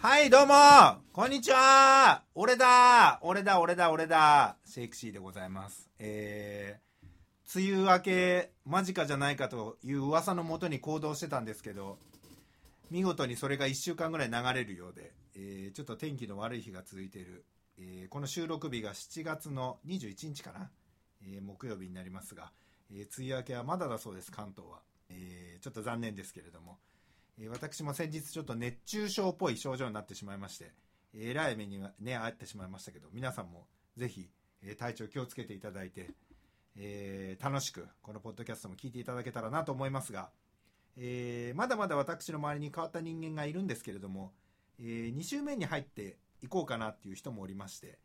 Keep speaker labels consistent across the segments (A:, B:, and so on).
A: はい、どうもこんにちは俺だ俺だ俺だ俺だシェイクシーでございます。えー、梅雨明け間近じゃないかという噂のもとに行動してたんですけど、見事にそれが1週間ぐらい流れるようで、えーちょっと天気の悪い日が続いている。えーこの収録日が7月の21日かな、えー木曜日になりますが、えー梅雨明けはまだだそうです、関東は。えーちょっと残念ですけれども。えー私も先日ちょっと熱中症っぽい症状になってしまいまして、えらい目にはね、あってしまいましたけど、皆さんもぜひ、えー体調気をつけていただいて、えー楽しく、このポッドキャストも聞いていただけたらなと思いますが、えーまだまだ私の周りに変わった人間がいるんですけれども、え2週目に入っていこうかなっていう人もおりまして、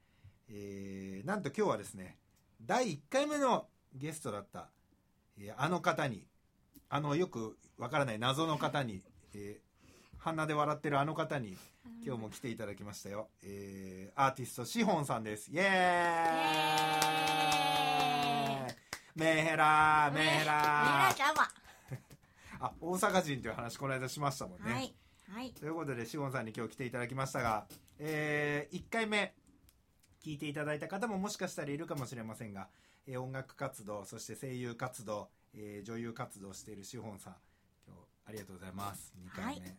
A: えーなんと今日はですね、第1回目のゲストだった、えーあの方に、あのよくわからない謎の方に、えー鼻で笑ってるあの方に今日も来ていただきましたよ、えーアーティストシホンさんですイエーイ
B: エー
A: メンヘラ
B: あ
A: メンヘ
B: メ
A: ラ
B: ラ様。
A: あ大阪人という話この間しましたもんね、
B: はい。はい。
A: ということでシホンさんに今日来ていただきましたが、え1回目聞いていただいた方ももしかしたらいるかもしれませんが、えー音楽活動そして声優活動、えー女優活動をしているシホンさん今日ありがとうございます2回目、
B: は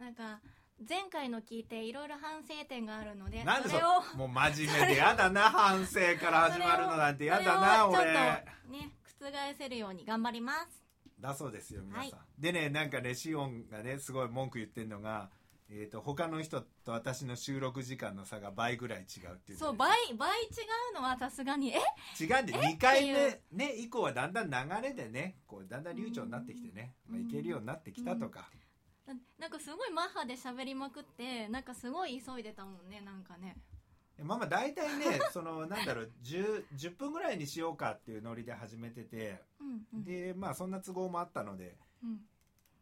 B: なんか、前回の聞いていろいろ反省点があるので、
A: なんで
B: そ
A: そ
B: れを、
A: もう真面目でや だな反省から始まるのなんてやだな
B: それ
A: 俺
B: をちょっとね、覆せるように頑張ります。
A: だそうですよ皆さん、
B: はい
A: でねなんかねシオンがねすごい文句言ってんのがえー、と他の人と私の収録時間の差が倍ぐらい違うっていうね、
B: そう、倍、倍違うのはさすがに、え
A: 違うんで2回
B: っ
A: 目ね以降はだんだん流れでねこうだんだん流暢になってきてね、
B: うん
A: まあ、いけるようになってきたとか、
B: ななんかすごいマッハで喋りまくって、なんかすごい急いでたもんね、なんかね。
A: まあまあ大体 ねそのなんだろう 10, 10分ぐらいにしようかっていうノリで始めてて、
B: うん、うん。
A: でまあそんな都合もあったので
B: うん。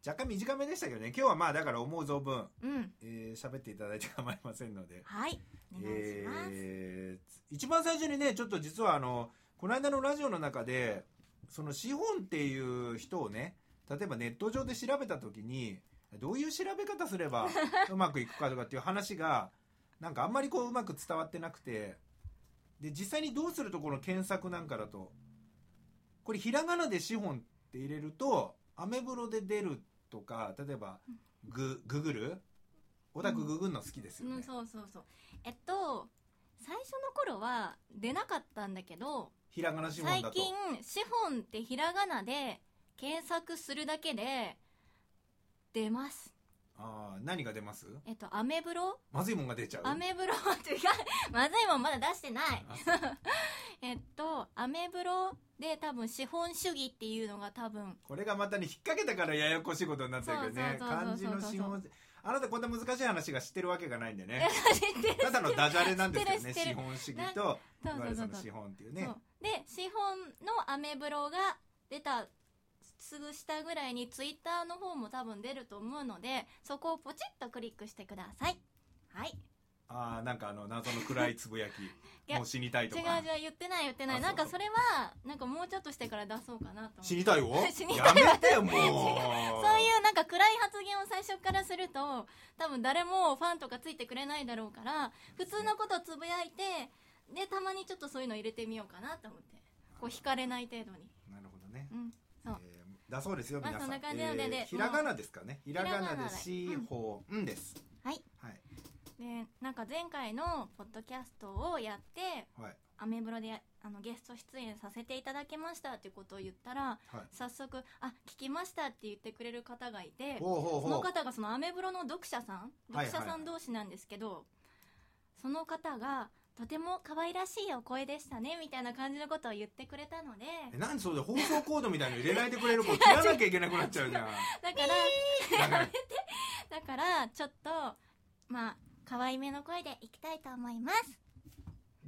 A: 若干短めでしたけどね今日はまあだから思う存分
B: うん。
A: えー喋っていただいて構いませんので、
B: はい。お願いします。
A: えー一番最初にねちょっと実はあのこの間のラジオの中でその資本っていう人をね例えばネット上で調べた時にどういう調べ方すればうまくいくかとかっていう話がなんかあんまりこううまく伝わってなくてで実際にどうするとこの検索なんかだとこれひらがなで資本って入れるとアメブロで出るとか例えばグググルオタクググるの好きですよね、
B: うん、そうそうそう。えっと、最初の頃は出なかったんだけど、
A: ひらがな資本
B: 最
A: だと
B: 近資本ってひらがなで検索するだけで出ます
A: ああ何が出ます
B: えっとアメブロ
A: まずいもんが出ちゃう
B: アメブロ っていうかまずいもんまだ出してない
A: あ
B: えっとアメブロで多分資本主義っていうのが多分
A: これがまたね引っ掛けたからややこしいことになってるけどね
B: そうそうそうそ
A: 漢
B: う
A: 字
B: そう
A: の資本あなたこんな難しい話が知ってるわけがないんで ね
B: 知ってる
A: ただのダジャレなんですけど
B: 知
A: ね
B: ってる知
A: 資
B: って
A: 本主義とい
B: そ
A: わ
B: う
A: ゆ
B: そ
A: るその
B: うそうそう
A: 資本っていうね
B: そうで資本のアメブロが出たすぐ下ぐらいにツイッターの方も多分出ると思うのでそこをポチッとクリックしてくださいはい
A: ああなんかあの謎の暗いつぶやき
B: や
A: もう死にたいと
B: 違う
A: か
B: 違う言ってない言ってな
A: あ
B: いなんか
A: そ
B: それはなんかもうちょっとしてから出そうかなと思って
A: 死
B: そうい
A: にたいを
B: 死にたい
A: や
B: わ
A: めてよ もう
B: うなんか暗い発言を最初からすると多分誰もファンとかついてくれないだろうから普通のことをつぶやいてでたまにちょっとそういうの入れてみようかなと思ってこう惹かれない程度に
A: なるほどね
B: うんそう
A: えーだそうですよ
B: まあ
A: 皆さん
B: そんな感じなのでで
A: ひらがなですかねひらが
B: ひ
A: な
B: らがな
A: で
B: で
A: 資本です
B: はい
A: はい
B: でなんか前回のポッドキャストをやって
A: はい
B: アメブロであのゲスト出演させていただきましたっていうことを言ったら
A: はい
B: 早速「あ聞きました」って言ってくれる方がいて
A: ほうほう
B: そ
A: ほ
B: の
A: う
B: 方がそのアメブロの読者さん
A: はいはい
B: 読者さん同士なんですけど、その方がとても可愛らしいお声でしたねみたいな感じのことを言ってくれたので
A: えなんでそうで放送コードみたいなの入れないでくれるこう切らなきゃいけなくなっちゃうじゃん。
B: だか
A: だ
B: ら
A: から
B: だからちょっとまあ可愛めの声でいきたいと思います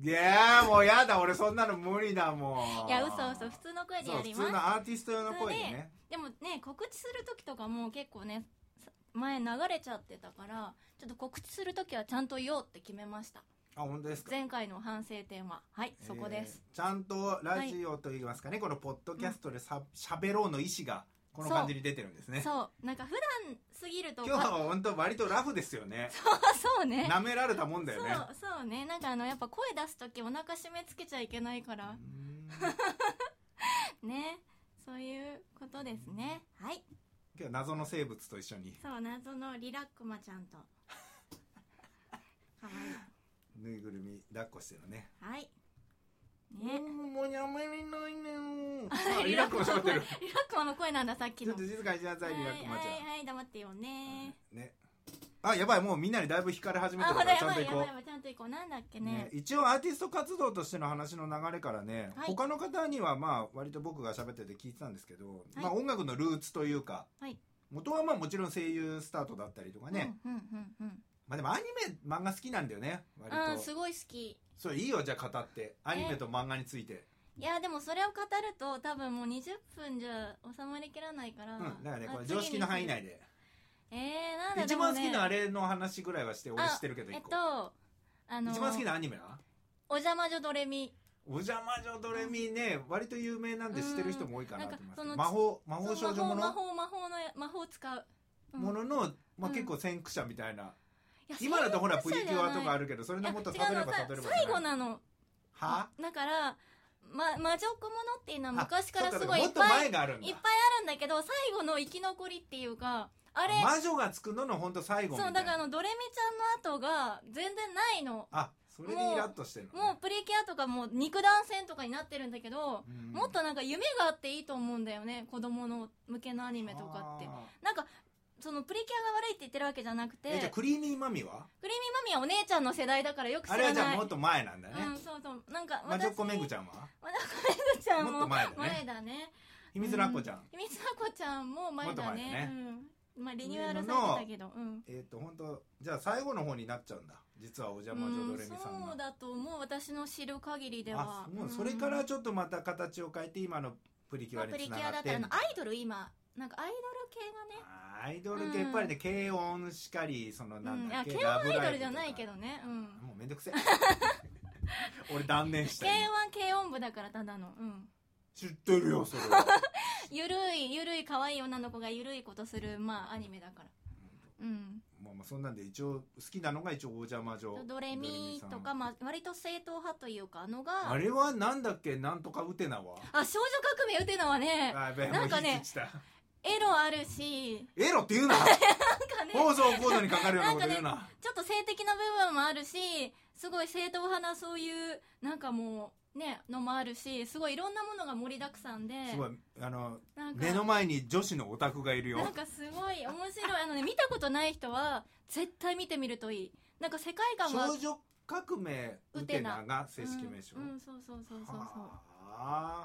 A: いやーもうやだ俺そんなの無理だもん。
B: いや嘘嘘普通の声で
A: そう
B: や
A: 普
B: り
A: 通の
B: ます
A: アーティスト用の声でね。
B: でもね告知する時とかも結構ねさ前流れちゃってたからちょっと告知する時はちゃんと言おうって決めました
A: あ本当ですか。
B: 前回の反省点ははいそこです、
A: えーちゃんとラジオと言いますかね、このポッドキャストでさ、喋ろうの意思がこの感じに出てるんですね
B: そうなんか普段すぎると
A: 今日は
B: わ
A: 本当割とラフですよね
B: そうね
A: 舐められたもんだよね
B: そうそうねなんかあのやっぱ声出す時お腹締め付けちゃいけないから
A: うん
B: ねそういうことですねはい
A: 今日謎の生物と一緒に
B: そう謎のリラックマちゃんとかわ
A: ぬいぐるみ抱っこしてるね
B: いいはいね
A: うんもうやめれないね あリ
B: リ
A: ラ
B: ラ
A: ッ
B: ッ
A: ク
B: ク
A: マ
B: マ
A: しゃってる
B: リラックマの声なんださっ
A: ち
B: き
A: ょ
B: の
A: っと静かにしなさいリラックマち
B: はいはいはい黙ってよ
A: ゃん
B: ね
A: ねあやばいもうみんなにだいぶ惹かれ始め
B: あ
A: てる
B: ほ
A: からら
B: や
A: ちゃん
B: ば
A: と
B: い
A: 行
B: や
A: こ
B: ば
A: う
B: いやばいちゃんと行こうなんだっけ
A: ね
B: ね、
A: 一応アーティスト活動としての話の流れからね、
B: はい
A: 他の方にはまあ割と僕が喋ってて聞いてたんですけど、
B: はい
A: まあ音楽のルーツというか、
B: はい
A: 元はまあもちろん声優スタートだったりとかね、
B: うんうんうんうん
A: まあでもアニメ漫画好きなんだよね割
B: あー
A: と
B: すごい好き
A: そういいよじゃあ語ってアニメと漫画について、
B: いやでもそれを語ると多分もう20分じゃ収まりきらないから、
A: うんだからね
B: あ
A: これ常識の範囲内で、
B: 次にえー、なんだ
A: 一番好
B: でもね
A: きなあれの話ぐらいはして俺知ってるけど
B: え
A: 一
B: っ
A: 個、
B: とあの
A: 一番好きなアニメは
B: お邪魔女ドレミ
A: お邪魔女ドレミね割と有名なんで知ってる人も多いかなと思いますけ
B: うんな
A: ど
B: ん
A: 魔
B: かそ
A: 法魔法少女もの
B: 魔法魔法魔法の魔法を使う、うん
A: ものの、まあ、
B: うん
A: 結構先駆者みたいな、
B: いや
A: 今だとほらプリキュアとかあ
B: る
A: るけどそれ
B: い
A: の
B: や
A: もっと
B: 違
A: た
B: う
A: どれ
B: の
A: ば
B: さ
A: たどればじゃない
B: 最後なの
A: は
B: だから、ま、魔女子ものっていうのは昔から
A: あそ
B: す
A: う
B: ごいい
A: も
B: っ
A: っと
B: ぱい
A: 前があるんだ
B: いっぱいあるんだけど最後の生き残りっていうかあれ
A: 魔女がつくのの本当最後みたい
B: そう
A: な
B: だからあのドレミちゃんの後が全然ないの
A: あそれにイラッとしてるのね
B: もうプリキュアとかもう肉弾戦とかになってるんだけど、
A: うん
B: もっとなんか夢があっていいと思うんだよね子供の向けのアニメとかって
A: あ
B: なんかそのプリキュアが悪いって言ってるわけじゃなくて
A: ー
B: ク
A: え
B: リー
A: じゃあクリ
B: ミー
A: ーミーマミは
B: マミはお姉ちゃんの世代だからよく知
A: あれは
B: ら
A: じゃ
B: な
A: あ
B: い
A: もっと前なんだね、
B: うんそうそうなんか
A: 魔女っ子めぐ
B: ゃ
A: ちゃんは
B: ん魔女っ子めぐちゃんも
A: もっと前だね
B: 前だね
A: 秘密ラッコちゃん、
B: 秘密の子ちゃんも
A: も
B: 前だね
A: っと前だね
B: うんまあリニューアルされてたけどうん
A: えっ、と本当じゃあ最後の方になっちゃうんだ実はお邪魔女ドレミさん
B: うん
A: が、
B: そうだと思う私の知る限りでは
A: あもうそれから
B: うん
A: ちょっとまた形を変えて今のプリキュ
B: ま
A: ア
B: あ
A: に
B: プリ
A: つ
B: キ
A: な
B: ュア
A: が
B: だ
A: っ
B: った
A: て
B: らあ
A: ん
B: の
A: だ
B: アイドル今なんかアイドル系がね
A: アイドル系やっぱりね軽音しかりその
B: う
A: なん
B: ん、い
A: だ
B: や
A: っけ、
B: K1
A: ラブラ
B: アイ
A: ブ
B: ドルじゃないけ
A: ど
B: どねうん
A: もうめんどくせえ 俺断念した
B: K1
A: 今
B: 軽音部だからただのうん
A: 知ってるよそれは
B: ゆるいゆるい可愛い女の子がゆるいことするまあアニメだからうん
A: まあまあそんなんで一応好きなのが一応お邪魔女
B: ドレミ
A: さん
B: とか、まあ、割と正統派というかの
A: あ
B: が
A: れはなんだっけなんとかウテナは
B: あ少女革命ウテナはね
A: あやべえ
B: なんかね
A: もう火ついた
B: エロあるし
A: エロって言うな
B: なんかね
A: 放送コードにかかるようなこと言うな
B: ちょっと性的な部分もあるしすごい正統派なそういうなんかもうねのもあるしすごいいろんなものが盛りだくさんです
A: ごいあの
B: なんか
A: 目の前に女子のオタクがいるよ
B: なんかすごい面白いあのね見たことない人は絶対見てみるといいなんか世界観が
A: 少女革命ウテナが正式名称、
B: うん、うんそうそうそうそうそ
A: は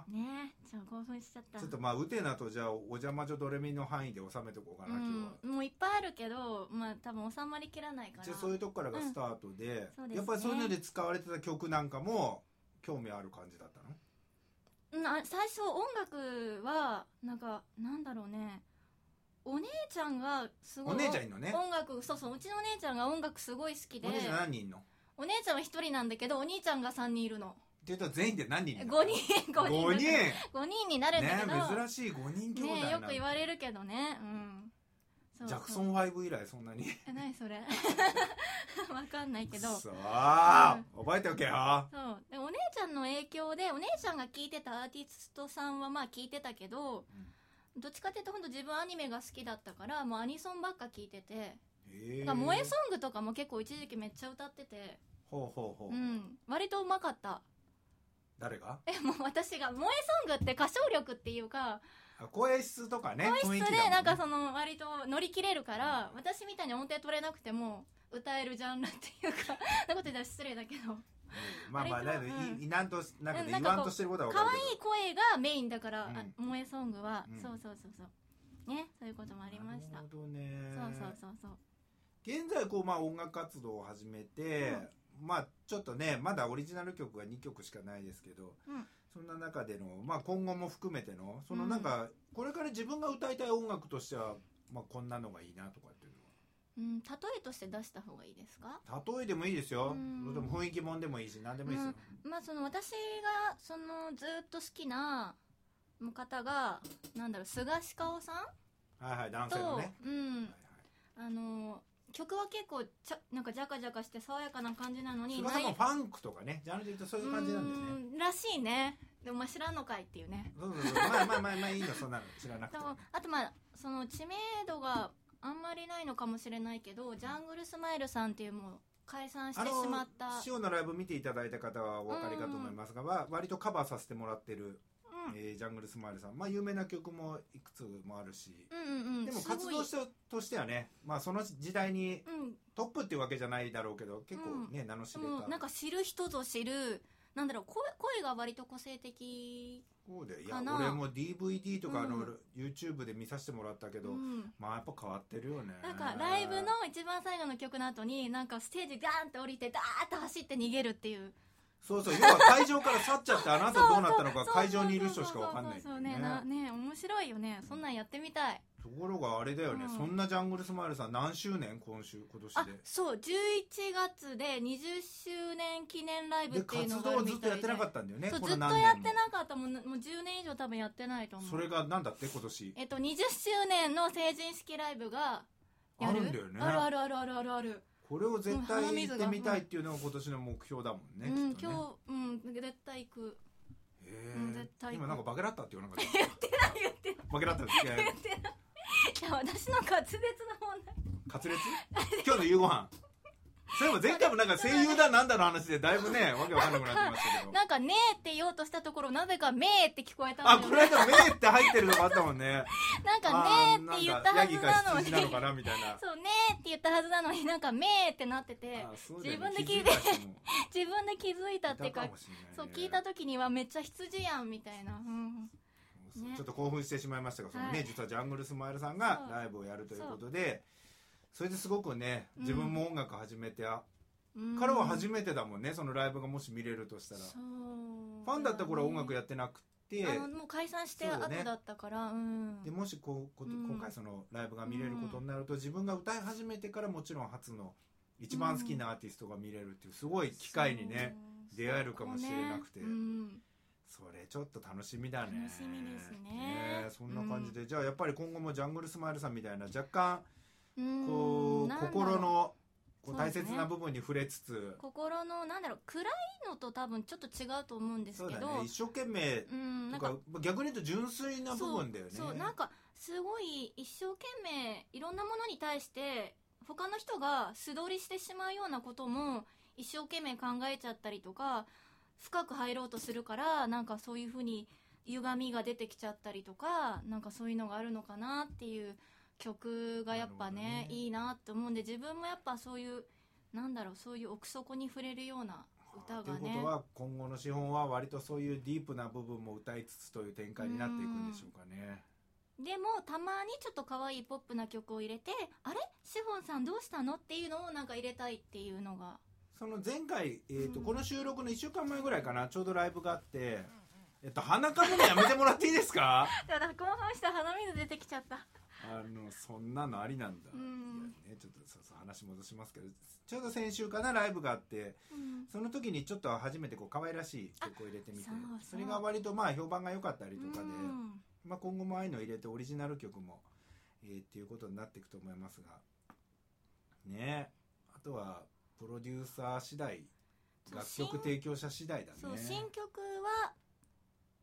A: あ
B: うねえちょっと興奮しちゃった
A: ちょっとまあウテナとじゃあお邪魔女ドレミの範囲で収めておこうかな、今日は
B: うん、もういっぱいあるけどまあ多分収まりきらないから
A: じゃあそういうとこからが
B: うん
A: スタートで,、
B: そうですね
A: やっぱりそういうので使われてた曲なんかも興味ある感じだったの
B: うんあ最初音楽はなんかなんだろうねお姉ちゃんがすごい
A: お姉ちゃんいんのね
B: 音楽そうそううちのお姉ちゃんが音楽すごい好きで
A: お姉ちゃん何人いんのって
B: お姉ちゃんは一人なんだけどお兄ちゃんが3人いるの
A: 言ったら全員で何人い
B: 5
A: る
B: 人
A: の5
B: 5人
A: 人ね
B: 5人になるんだけど、
A: 珍しい5人兄弟
B: ね
A: なん
B: よ
A: て
B: く言われるけどねうんそう
A: ジャクソ
B: そう
A: ン5以来そんなに
B: え何それ わかんないけど
A: く
B: そ
A: そうー覚えておけよ
B: でお姉ちゃんの影響でお姉ちゃんが聞いてたアーティストさんはまあ聞いてたけど、どっちかっていうと本当自分アニメが好きだったからもうアニソンばっか聞いてて、
A: へ
B: だ
A: え
B: から萌えソングとかも結構一時期めっちゃ歌ってて、
A: ほうほうほう、
B: うん、割とうまかった
A: 誰が
B: えもう私が萌えソングって歌唱力っていうか
A: あ声質とかね雰囲気だも
B: それ
A: んね
B: でなんかその割と乗り切れるから私みたいに音程取れなくても歌えるジャンルっていうか そんなこと言ったら失礼だけど
A: うんまあまあ
B: あれ
A: だ
B: か
A: けど
B: うん
A: いいなんとしなんか
B: うん
A: ね言
B: なんかこう
A: わんとしてることは分
B: 可
A: かる
B: 愛い声がメインだから、
A: うん
B: あ萌えソングは、
A: うん
B: そうそうそうそうねそういうこともあ
A: け
B: り
A: ど
B: ました
A: なるほどね
B: そうそうそうそう
A: 現在こうまあ音楽活動を始めて、まあちょっとねまだオリジナル曲が2曲しかないですけど、
B: うん
A: そんな中での、まあ、今後も含めてのそのなんかこれから自分が歌いたい音楽としては、まあ、こんなのがいいなとかっていう
B: うん例えとして出した方がいいですか
A: のは例えでもいいですよ、
B: うん
A: でも雰囲気もんでもいいし何でもいいですよ、
B: まあその私がそのずっと好きなの方がなんだろう菅鹿央さ
A: はいはい男
B: ん
A: 性
B: と、
A: のね
B: うんあの曲は結構ちゃなんかジャカジャカして爽やかな感じなのに
A: 菅さんも
B: 内
A: ファンクとかねジャンルで言うとそういう感じなんですね
B: うんらしいねでもまあ知らんのかいっていうね
A: そうそうそうまあまあまあまあいいのそんなの知らなく
B: で
A: て
B: もあとまあその知名度があんまりないのかもしれないけどジャングルスマイルさんっていうもう解散してしまった
A: 塩のライブ見ていただいた方はお分かりかと思いますが、わ割とカバーさせてもらってる、
B: うん
A: えージャングルスマイルさん、まあ、有名な曲もいくつもあるし、
B: うんうんうん
A: でも
B: すごい
A: 活動してとしてはね、まあ、その時代に
B: うん
A: トップっていうわけじゃないだろうけど結構ね、名の知
B: で
A: れた、
B: もなんか知る人ぞ知るなんだろう声声が割と個性的
A: そうでいや
B: かな
A: 俺も DVD とかあの、
B: うん
A: YouTube で見させてもらったけど、
B: うん
A: まあやっぱ変わってるよね
B: なんかライブの一番最後の曲の後になんかステージガーンって降りてダーッと走って逃げるっていう
A: そうそう要は会場から去っちゃってあなたどうなったのか
B: そう
A: 会場にいる人しか分かんないんだ
B: そ
A: よ
B: うそうそうねなね面白いよねそんなんやってみたい
A: ところがあれだよね、
B: うん
A: そんなジャングルスマイルさん何周年今週今年
B: あ
A: で
B: そう11月で20周年記念ライブ
A: で
B: っていうの
A: 活
B: が
A: 動
B: あ
A: を
B: るみ
A: ず
B: た
A: っ
B: い
A: とやって
B: で
A: なかったんだよね
B: そう
A: こ
B: ず
A: の
B: っと
A: 何年
B: やっ
A: も
B: てなかったもんもう10年以上多分やってないと思う
A: それがなんだって今年
B: えっと20周年の成人式ライブがやる
A: あるんだよね
B: あるあるあるあるあるある
A: これを絶対
B: うん鼻
A: 行っ
B: 水
A: て
B: が
A: みたいっていうのが今年の目標だもんね、
B: うん、
A: きっとね
B: 今日、うん、絶対行く。
A: へ
B: うん
A: え
B: 絶対
A: 今なんかバケラッタって言わなかった
B: 言ってない、
A: バケラッタって
B: 言ってない。いや、私の滑舌の問題。
A: カツレツ今日の夕ご飯そういえば前回もなんか声優だなんだの話でだいぶねわけわかんなくなってましたけど
B: なんか、ねえって言おうとしたところ、なぜか、めえって聞こえた
A: あ
B: んだ
A: こ
B: よ
A: の間「
B: ね。
A: 名」って入ってるのがあったもんね
B: なん
A: あ
B: か、ねえって言ったはず
A: なん
B: な
A: か
B: の
A: ヤ
B: に
A: ギか羊。なのかなみたいな
B: そう、ねえって言ったはずなのに、なんか、めえってなってて、
A: あそうだよね
B: 自分で聞いて
A: 気づた人も
B: 自分で気づいたっていう
A: い
B: か
A: たも、しれないね
B: そう、聞いた時にはめっちゃ羊やん、みたいな。うん。ね
A: ちょっと興奮してしまいましたが、その
B: は
A: ね、
B: い
A: 実はジャングルスマイルさんが
B: そう
A: ライブをやるということで、それですごくね、
B: うん
A: 自分も音楽始めて、あ
B: うん
A: 彼は初めてだもんね、そのライブがもし見れるとしたら。
B: そ
A: フ
B: う。
A: ァンだった頃は音楽
B: や
A: やってなくて、
B: あの、もう解散して後だったから、うん。
A: でもしこうこ
B: うん
A: 今回そのライブが見れることになると、自分が歌い始めてからもちろん初の一番好きなアーティストが見れるっていうすごい機会にね、
B: そう
A: 出会えるかもしれなくて
B: そうねうん
A: それちょっと楽しみだね
B: 楽しみですね
A: えそんな感じで、じゃあやっぱり今後もジャングルスマイルさんみたいな若干
B: うん
A: こう
B: なんだろう
A: 心のこう
B: そう
A: 大
B: ですね
A: 切な部分に触れつつ
B: 心のなんだろう暗いのと多分ちょっと違うと思うんです
A: そう
B: け
A: だ
B: ど
A: ね一生懸命
B: うんな
A: と
B: んか
A: か逆に言うと純粋な部分だよね
B: そうそうなんかすごい一生懸命いろんなものに対して他の人が素通りしてしまうようなことも一生懸命考えちゃったりとか深く入ろうとするからなんかそういうふうに歪みが出てきちゃったりとかなんかそういうのがあるのかなっていう曲がやっぱ
A: なる
B: ね
A: ほどね
B: いいなって思うんで自分もやっぱそういうなんだろうそういう奥底に触れるような歌が
A: という
B: ね
A: ことは今後の資本は割とそういうディープな部分も歌いつつという展開になっていくんでしょうかね
B: でもたまにちょっと可愛いポップな曲を入れてあれシフォンさんどうしたのっていうのをなんか入れたいっていうの が
A: その前回、えーと
B: うん
A: この収録の1週間前ぐらいかなちょうどライブがあって、えっと、鼻かむのやめてもらっていいです か
B: だから興奮した鼻水出てきちゃった
A: あのそんなのありなんだ、
B: うん
A: いやね、ちょっとそうそう話戻しますけどちょうど先週かなライブがあって
B: うん
A: その時にちょっと初めてこう可愛らしい曲を入れてみて
B: あそうそう
A: それが割とまあ評判が良かったりとかで、
B: うん
A: まあ、今後もああいうのを入れてオリジナル曲も、えーっていうことになっていくと思いますがねあとはプロデューサー次第
B: そう
A: 楽曲提供者次第だね
B: そう新曲は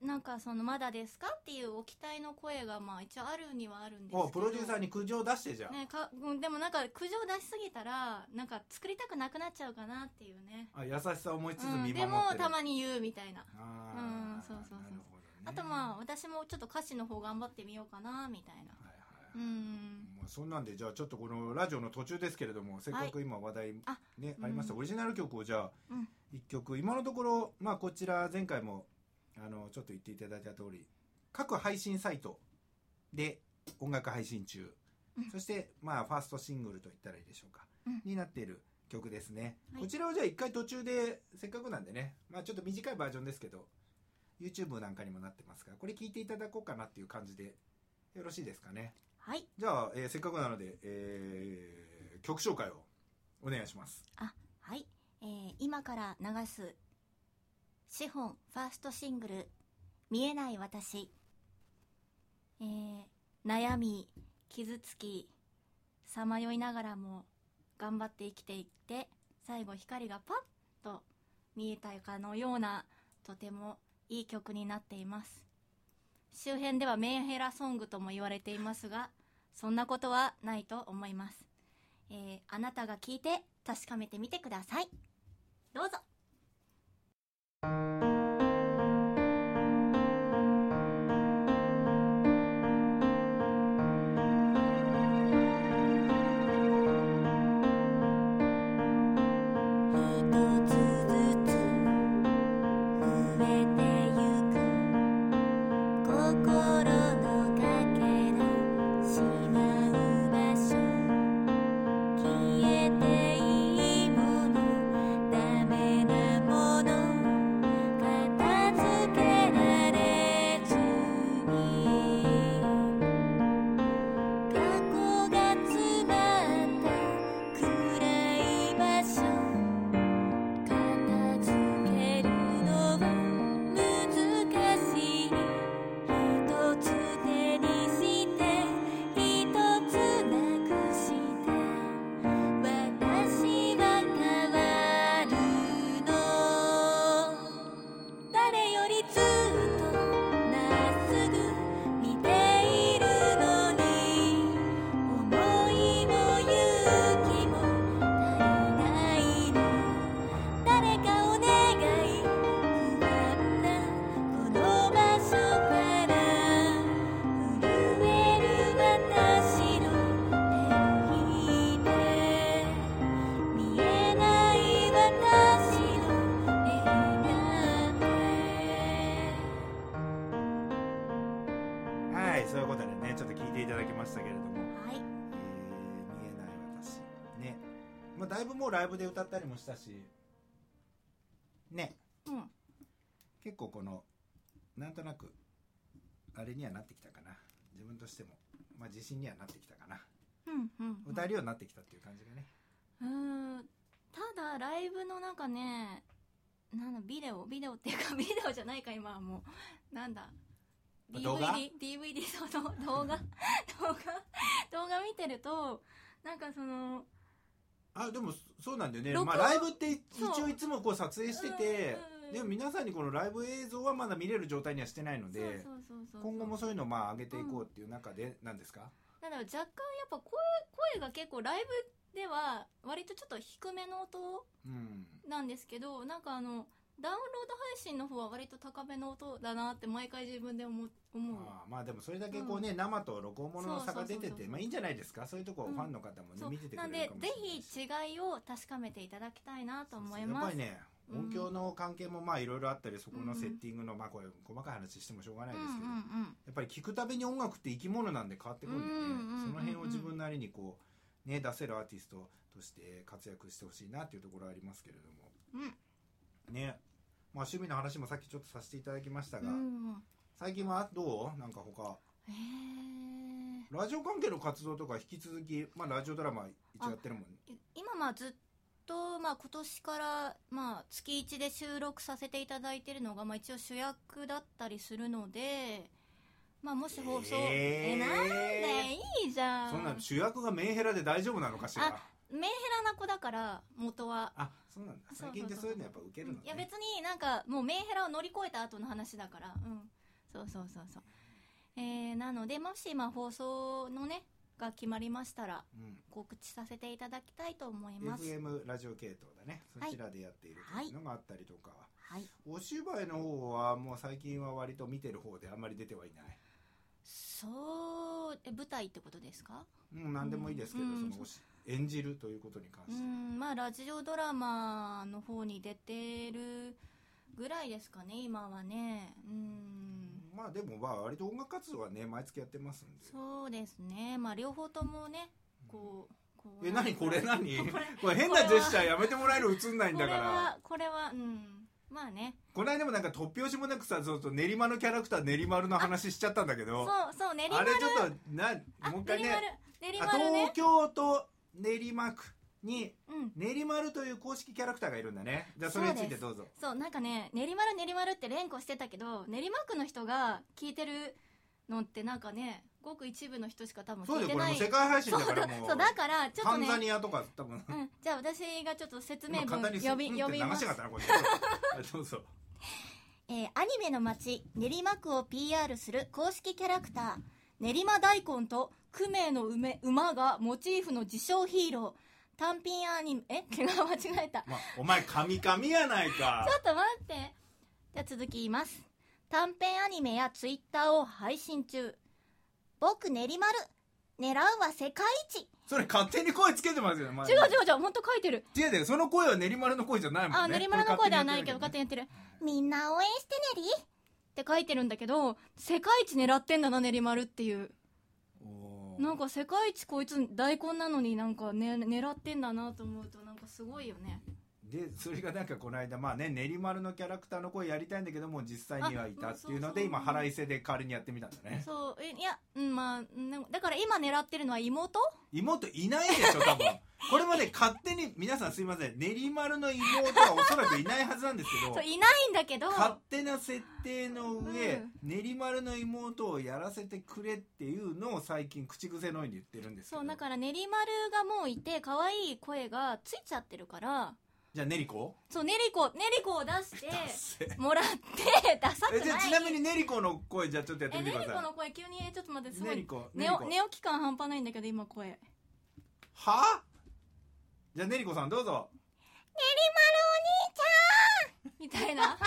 B: なんかその「まだですか?」っていうお期待の声がまあ一応あるにはあるんですけ
A: お
B: ど
A: プロデューサーに苦情出してじゃん、
B: ねかうんでもなんか苦情出しすぎたらなんか作りたくなくなっちゃうかなっていうね、
A: あ優しさを思いつつ
B: う
A: 見守って
B: ん、
A: る、
B: でもたまに言うみたいな
A: あー
B: うんそうそうそう
A: なるほどね
B: あとまあ私もちょっと歌詞の方頑張ってみようかなみたいな
A: はいはいはい
B: うん
A: まあ、そんなんでじゃあちょっとこのラジオの途中ですけれどもせっかく今話題、ね
B: あ
A: ありました、
B: う
A: オリジナル曲をじゃあ
B: うん
A: 一曲今のところ、まあ、こちら前回もあのちょっと言っていただいた通り各配信サイトで音楽配信中、
B: うん
A: そしてまあファーストシングルと言ったらいいでしょうか、
B: うん
A: になっている曲ですね、
B: はい
A: こちらをじゃあ一回途中でせっかくなんでね、まあ、ちょっと短いバージョンですけど YouTube なんかにもなってますからこれ聞いていただこうかなっていう感じでよろしいですかね
B: はい
A: じゃあ、えーせっかくなので、えー曲紹介をお願いします。
B: はい、えー今から流す資本ファーストシングル「見えない私」えー悩み傷つきさまよいながらも頑張って生きていって最後光がパッと見えたかのようなとてもいい曲になっています周辺ではメンヘラソングとも言われていますがそんなことはないと思います、えーあなたが聞いて確かめてみてくださいどうぞ
C: 一つずつ増えてゆく心のかけらしまう場所消えていいものダメなもの片付けられずに過去が詰まった暗い場所片付けるのは難しい一つ手にして一つなくして私は変わるの誰よりずっとまっすぐ見ているのに思いも勇気も足りないの誰かお願い不安なこの場所から震える私の手を引いて見えない私の絵なんて
A: はいそういうことでねちょっと聞いていただきましたけれども
B: は
A: え
B: い
A: ー見えない私ね、まあ、だいぶもうライブで歌ったりもしたしね
B: うん
A: 結構このなんとなくあれにはなってきたかな自分としても、まあ、自信にはなってきたかな
B: うんうんうん
A: 歌えるようになってきたっていう感じがね
B: うーんただライブの中ねなんだビデオビデオっていうかビデオじゃないか今はもうなんだ
A: ま
B: DVD
A: 動画
B: DVD そうど動画動画動画見てるとなんかその
A: あでもそそうなんだよね、
B: 録
A: まあ、
B: 音
A: ライブってい
B: そう
A: 一応いつもこう撮影してて
B: うんうんうん
A: でも皆さんにこのライブ映像はまだ見れる状態にはしてないの
B: そう
A: で
B: そうそうそう
A: 今後もそういうのをまあ上げていこうっていう中で何ですか、
B: なんだろう若干やっぱ声声が結構ライブでは割とちょっと低めの音
A: うん、
B: なんですけどなんかあのダウンロード配信の方は割と高めの音だなって毎回自分で思う思う
A: ああまあでもそれだけこうね、生と録音ものの差が出て
B: そうそうそう
A: て
B: そう
A: まあいいんじゃないですかそういうとこ
B: う
A: フ
B: ん
A: ァンの方もね、
B: そう
A: 見ててく
B: な
A: れ
B: ん
A: る
B: で
A: かもし
B: ぜ
A: れない
B: ひ違いを確かめていただきたいなと思い
A: やっ
B: ま
A: ぱ
B: す
A: りね
B: うん
A: 音響の関係もまあいろいろあったりそこのセッティングの、まあこれ細かい話してもしょうがな
B: う
A: い
B: ん
A: です
B: う
A: けど、
B: ん
A: やっぱり聞くたびに音楽って生き物なんで変わってくるんで、ね
B: うんうんうんうん
A: その辺を自分なりにこうね出せるアーティストとして活躍してほしいなっていうところはありますけれども
B: うん
A: ねまあ趣味の話もさっきちょっとさせていただきました
B: うんう
A: が、
B: んうん
A: 最近はどうなんか他
B: へー
A: ラジオ関係の活動とか引き続き、まあ、ラジオドラマ一応やってるもんね
B: い今まあずっとまあ今年からまあ月1で収録させていただいてるのがまあ一応主役だったりするのでまあもし放送
A: えー
B: えなんでいいじゃん
A: そんなの主役がメンヘラで大丈夫なのかしら
B: メンヘラな子だから元は
A: あそうなんだ
B: そうそうそう
A: 最近ってそういうのやっぱ受けるのね
B: いや別になんかもうメンヘラを乗り越えた後の話だからうんそうそうそうそうえー、なのでもし今放送のねが決まりましたら
A: うん
B: 告知させていただきたいと思います、
A: FM ラジオ系統だねそちらでやっているというのがあったりとか、
B: はい、
A: お芝居の方はもう最近は割と見てる方であんまり出てはいない
B: そうえ舞台ってことですか
A: もう何でもいいですけど、
B: うん
A: そのおし演じるということに関
B: う
A: して、
B: んまあラジオドラマの方に出てるぐらいですかね今はねうん
A: まあでもまあ割と音楽活動はね毎月やってますんで
B: そうですねまあ両方ともねこうこう
A: え何これ何 これ変
B: これ
A: な
B: は
A: ジェスチャーやめてもらえる映んないん
B: こ
A: だ
B: れ
A: から
B: はこれはうんまあね
A: この間もなんか突拍子もなくさそうそう練馬のキャラクター練馬るの話しちゃったんだけ
B: そう
A: ど
B: そう練馬
A: あ
B: る
A: れちょっとなもう一回ね
B: 練馬
A: あ
B: る練馬るね
A: 東京都練馬区に
B: うん
A: 練馬るという公式キャラクターがいるんだねじゃあそれについてどうぞ
B: そうなんかね練馬る練馬るって連呼してたけど練馬区の人が聞いてるのってなんかねごく一部の人しか多分
A: そう
B: 聞
A: だ
B: い
A: よ
B: て
A: これ
B: な
A: も
B: い
A: 世界配
B: う
A: 信
B: そ
A: だ
B: う
A: からもう
B: そうだからちょっ
A: タ
B: と
A: ン
B: ね
A: ザニアとか多分
B: うん、じゃあ私がちょっと説明
A: 今簡単
B: 文
A: に
B: 呼び
A: うんって
B: 呼び
A: 流
B: ま
A: し
B: す
A: なかったなこれどうぞ
B: えーアニメの街練馬区を PR する公式キャラクター練馬大根と9名の梅馬がモチーフの自称ヒーロー単品アニメえ違う間違えた
A: まあお前カミカミやないか
B: ちょっと待ってじゃあ続き言います短編アニメやツイッターを配信中僕練馬る狙うは世界一
A: それ勝手に声つけてますよね前
B: 違う違う違う本当書いてる
A: 違う違うその声は練馬の声じゃないもんね
B: あ練馬の声ではないけど勝
A: 勝
B: 手
A: 手
B: にやってるみんな応援してねりって書いてるんだけど世界一狙ってんだな練馬るっていうなん
A: か
B: か世界一こいつ大根なのになんか、ね、狙ってんだなと思うとなんかすごいよね
A: でそれがなんかこの間まあね練馬のキャラクターの声やりたいんだけども実際にはいたっていうので
B: あ
A: 今
B: そうそう
A: 腹いせで代わりにやってみたんだね
B: そうえいやうんまあうんでもだから今狙ってるのは妹
A: 妹いないでしょ 多分これまで勝手に皆さんすいません練馬の妹はおそらくいないはずなんですけど
B: そういないんだけど
A: 勝手な設定の上、
B: うん
A: 練馬の妹をやらせてくれっていうのを最近口癖のように言ってるんですけど
B: そうだから練馬るがもういて可愛い声がついちゃってるから
A: じゃあ練子
B: そう練り子練り子を出して
A: ダッセ
B: もらってダサくな
A: え
B: い
A: じゃあちなみに練子の声じゃあちょっとやって
B: え
A: みて
B: 練
A: くだ
B: り子
A: さ
B: の声急にえちょっと待って
A: い
B: すごい
A: 練子
B: 寝
A: 練子
B: 起寝起き感半端ないんだけど今声
A: はじゃあ練子さんどうぞ
B: みた いな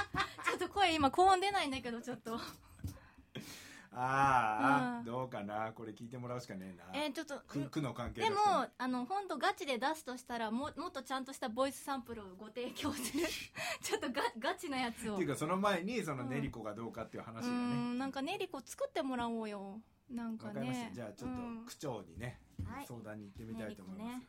B: ちょっと声今高音出ないんだけどちょっと
A: あーあー、
B: うん
A: どうかなこれ聞いてもらうしかねえな
B: えちょっと
A: く区の関係
B: でも
A: として
B: あの本当ガチで出すとしたらももっとちゃんとしたボイスサンプルをご提供す るちょっとガガチなやつを
A: っていうかその前にその
B: うん
A: 練子がどうかっていう話
B: う
A: がね
B: んなんかねりこ作ってもらおうよなん
A: わ
B: か
A: かりました
B: ね
A: じゃあちょっと
B: うん
A: 区長にね
B: はい
A: 相談に行ってみたいと思います
B: 練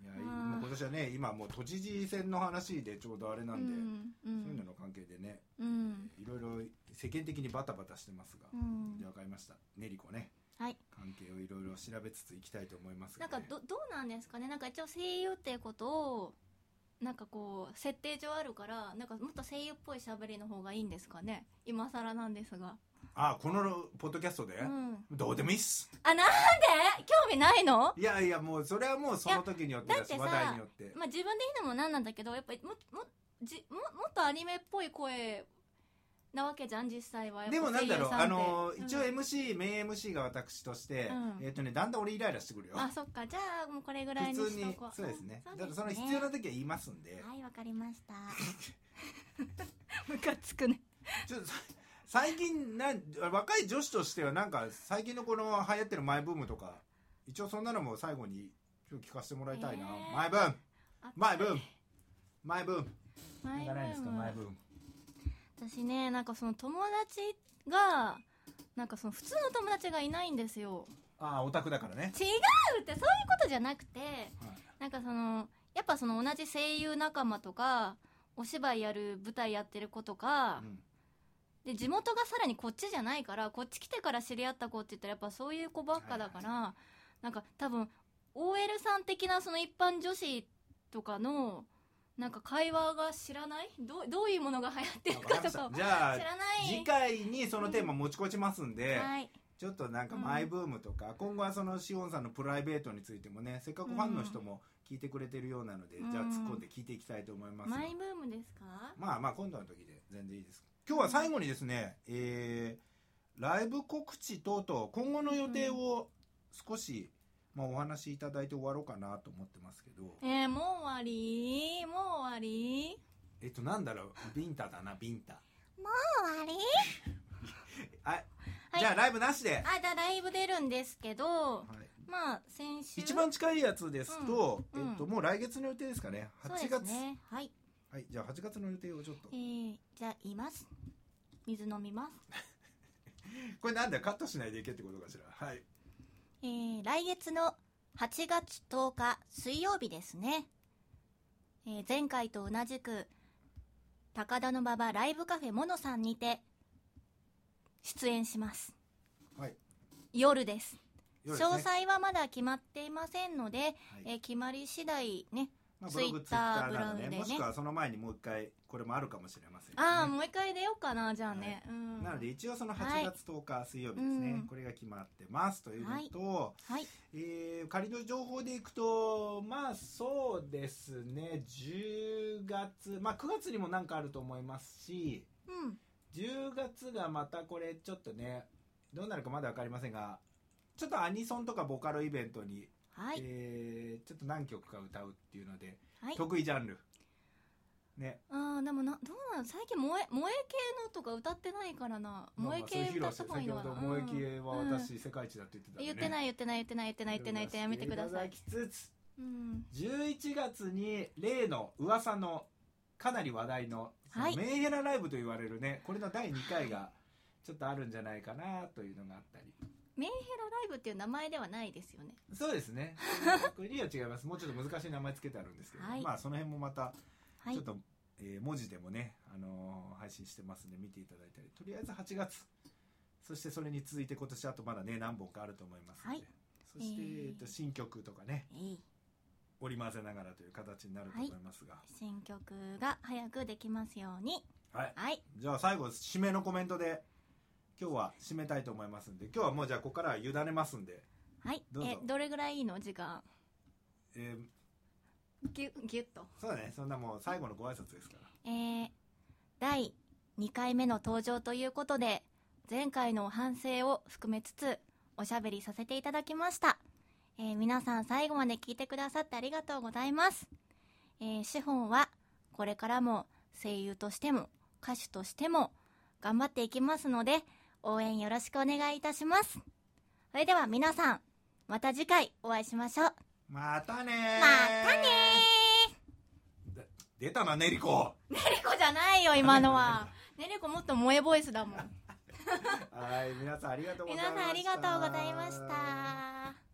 A: いや
B: うん
A: もう今年はね今もう都知事選の話でちょうどあれなんで
B: う
A: そういうの
B: ん
A: の関係でね
B: うんうん
A: いろいろ世間的にバタバタしてますが
B: うん
A: じゃあわかりました練子ね
B: はい
A: 関係をいろいろ調べつついきたいと思いますけ
B: なん
A: どね
B: かどどうなんですかねなんか一応声優っていうことをなんかこう設定上あるからなんかもっと声優っぽい喋りの方がいいんですかね今更なんですが
A: あこのポッドキャストで
B: うん
A: どうでもいいっす
B: あなんで興味ないの
A: いやいやもうそれはもうその時によってだし
B: いやだ
A: 話
B: ってさ
A: 題によって
B: まあ、自分で言うのもなんなんだけどやっぱりももじももっとアニメっぽい声なわけじゃん実際はやっぱ
A: でもなんだろう
B: 声
A: あ
B: 優さんって
A: の
B: うん
A: 一応 MC メイン MC が私として
B: うん
A: えっとねだんだん俺イライラしてくるよ
B: あそっかじゃあもうこれぐらいに
A: 普通
B: しと
A: に
B: こう
A: そうですね
B: ん
A: だからその必要な時は言いますんで
B: はいわかりました ムカつくね
A: ちょっとさ最近なん若い女子としてはなんか最近のこの流行ってるマイブームとか一応そんなのも最後にちょっと聞かせてもらいたいな、
B: えー
A: マイブーム
B: あ
A: マイブームマイブーム
B: マイブーム
A: ブーム
B: 私ねなんかその友達がなんかその普通の友達がいないんですよ
A: ああオタクだからね、
B: 違うってそういうことじゃなくてなんかそのやっぱその同じ声優仲間とかお芝居やる舞台やってる子とか
A: う、ん
B: で地元がさらにこっちじゃないからこっち来てから知り合った子って言ったらやっぱそういう子ばっかだから、なんか多分 OL さん的なその一般女子とかのなんか会話が知らないどうどういうものが流行ってる
A: わかりま
B: かと
A: した
B: かを
A: じゃ
B: 知
A: あ
B: らない
A: 次回にそのテーマ持ち越しますんで、
B: はい、
A: ちょっとなんかマイブームとか、今後はそのシオンさんのプライベートについてもねせっかくファンの人も聞いてくれてるようなので、
B: うん
A: じゃあ突っ込んで聞いていきたいと思います、
B: マイブームですか
A: まあまあ今度の時で全然いいです今日は最後にですね、えーライブ告知等々今後の予定を少し、まあ、お話しいただいて終わろうかなと思ってますけど
B: えー、もう終わりもう終わり
A: えっとなんだろうビンタだなビンタ
B: 終わり
A: あ、
B: はい
A: じゃあライブなしで、
B: あじゃあライブ出るんですけど
A: はい
B: まあ先週
A: 一番近いやつですと、
B: うんうん
A: えっと、もう来月の予定ですかね
B: そうで
A: 8月、
B: すねはい
A: はいじゃあ8月の予定をちょっと
B: えー、じゃあ言います水飲みます
A: これなんだよカットしないでいけってことかしらはい
B: えー、来月の8月10日水曜日ですね、えー前回と同じく高田の馬場ライブカフェモノさんにて出演します
A: はい
B: 夜です
A: 夜ですね
B: 詳細はまだ決まっていませんので、
A: はい
B: えー決まり次第ね
A: まあ、ブログツイッタ
B: Twitter
A: ーなどね
B: ブログでね
A: もしくはその前にもう一回これもあるかもしれませんけどね、
B: ああ、もう一回出ようかなじゃあね、うん
A: なので一応その
B: は
A: 8
B: い
A: 月10日水曜日ですね、
B: うん
A: これが決まってますというのと、
B: はい
A: えー仮の情報でいくとまあそうですね10月まあ9月にも何かあると思いますし
B: うん
A: 10月がまたこれちょっとねどうなるかまだ分かりませんがちょっとアニソンとかボカロイベントに、
B: はい
A: えーちょっと何曲か歌うっていうので、
B: はい
A: 得意ジャンルね
B: ああでもなどうなの最近萌え萌え系のとか歌ってないからな
A: まあまあ
B: 萌え系歌った
A: そう
B: 方がいい
A: 先
B: の
A: ほど
B: かな
A: 萌え系は
B: うん
A: 私、世界一だって言ってたんで
B: 言
A: ね
B: ってない言ってない言ってない言ってない言ってない言ってやめてください
A: きつつ
B: うん
A: 11月に例の噂のかなり話題のその
B: はい
A: メンヘラライブと言われるねこれの第2回がちょっとあるんじゃないかなというのがあったり
B: メンヘラライブっていう名前ではないですよね
A: そうです ねこれ理由は違いますもうちょっと難しい名前つけてあるんですけど、
B: はい
A: まあその辺もまた
B: は
A: ちょっ
B: い
A: と、えー文字でもね、あのー配信してますんで見ていただいたりとりあえず8月そしてそれに続いて今年あとまだね何本かあると思いますので、
B: はい
A: そして、
B: えー
A: えっと新曲とかね
B: えい
A: 織り交ぜながらという形になると思いますが、
B: 選曲が早くできますように
A: はい、
B: はい
A: じゃあ最後締めのコメントで今日は締めたいと思いますんで今日はもうじゃあここからは委ねますんで、
B: はい
A: どうぞ
B: えどれぐらいいいの時間
A: えー
B: ぎゅぎゅっと
A: そうだねそんなもう最後のご挨拶ですから
B: えー第2回目の登場ということで前回の反省を含めつつおしゃべりさせていただきました、えー皆さん最後まで聞いてくださってありがとうございます、えー資本はこれからも声優としても歌手としても頑張っていきますので応援よろしくお願いいたしますそれでは皆さんまた次回お会いしましょう
A: またね
B: ま
A: ー
B: たね
A: 出たなねりこ
B: ーねりこじゃな いよ今のはねりこもっと萌えボイスだもん
A: はい皆さんありがとうございま
B: 皆
A: した
B: さんありがとうございました。